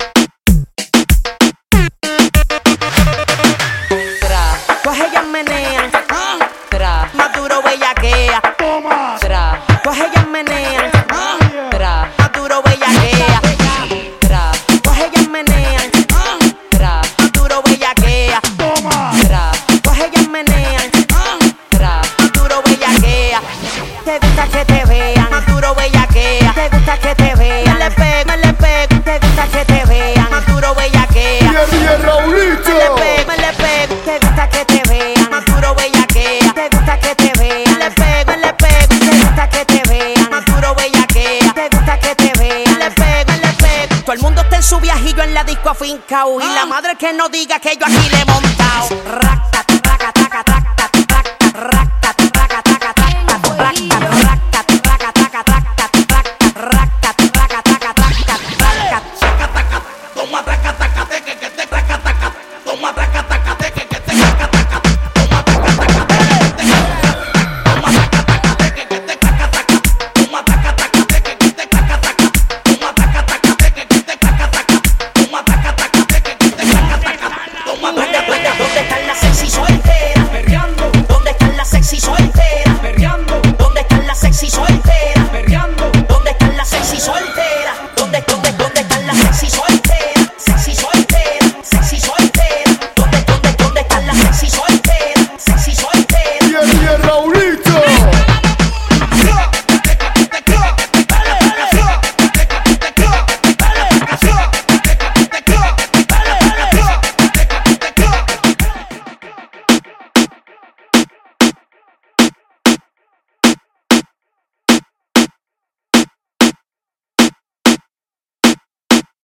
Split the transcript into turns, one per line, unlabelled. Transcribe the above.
Pues Pues Pues Pues gusta que te vean.
Más duro bellaquea.
Te gusta que te
Me
vean.
le pego, me le pego.
Te gusta que te vean.
Más duro bellaquea.
Y así es Raulito.
Me le pego, me le pego.
Te gusta que te vean.
Más duro bellaquea.
Te gusta que te
Me le
vean.
pego, me le pego.
Te gusta que te
Más
vean.
duro bellaquea.
Te gusta que te
Me le
vean.
pego, me le pego. Todo el mundo está en
Ah.
su viajillo en la disco afincao. Y la madre que no diga que yo aquí le he montado. Ráctate.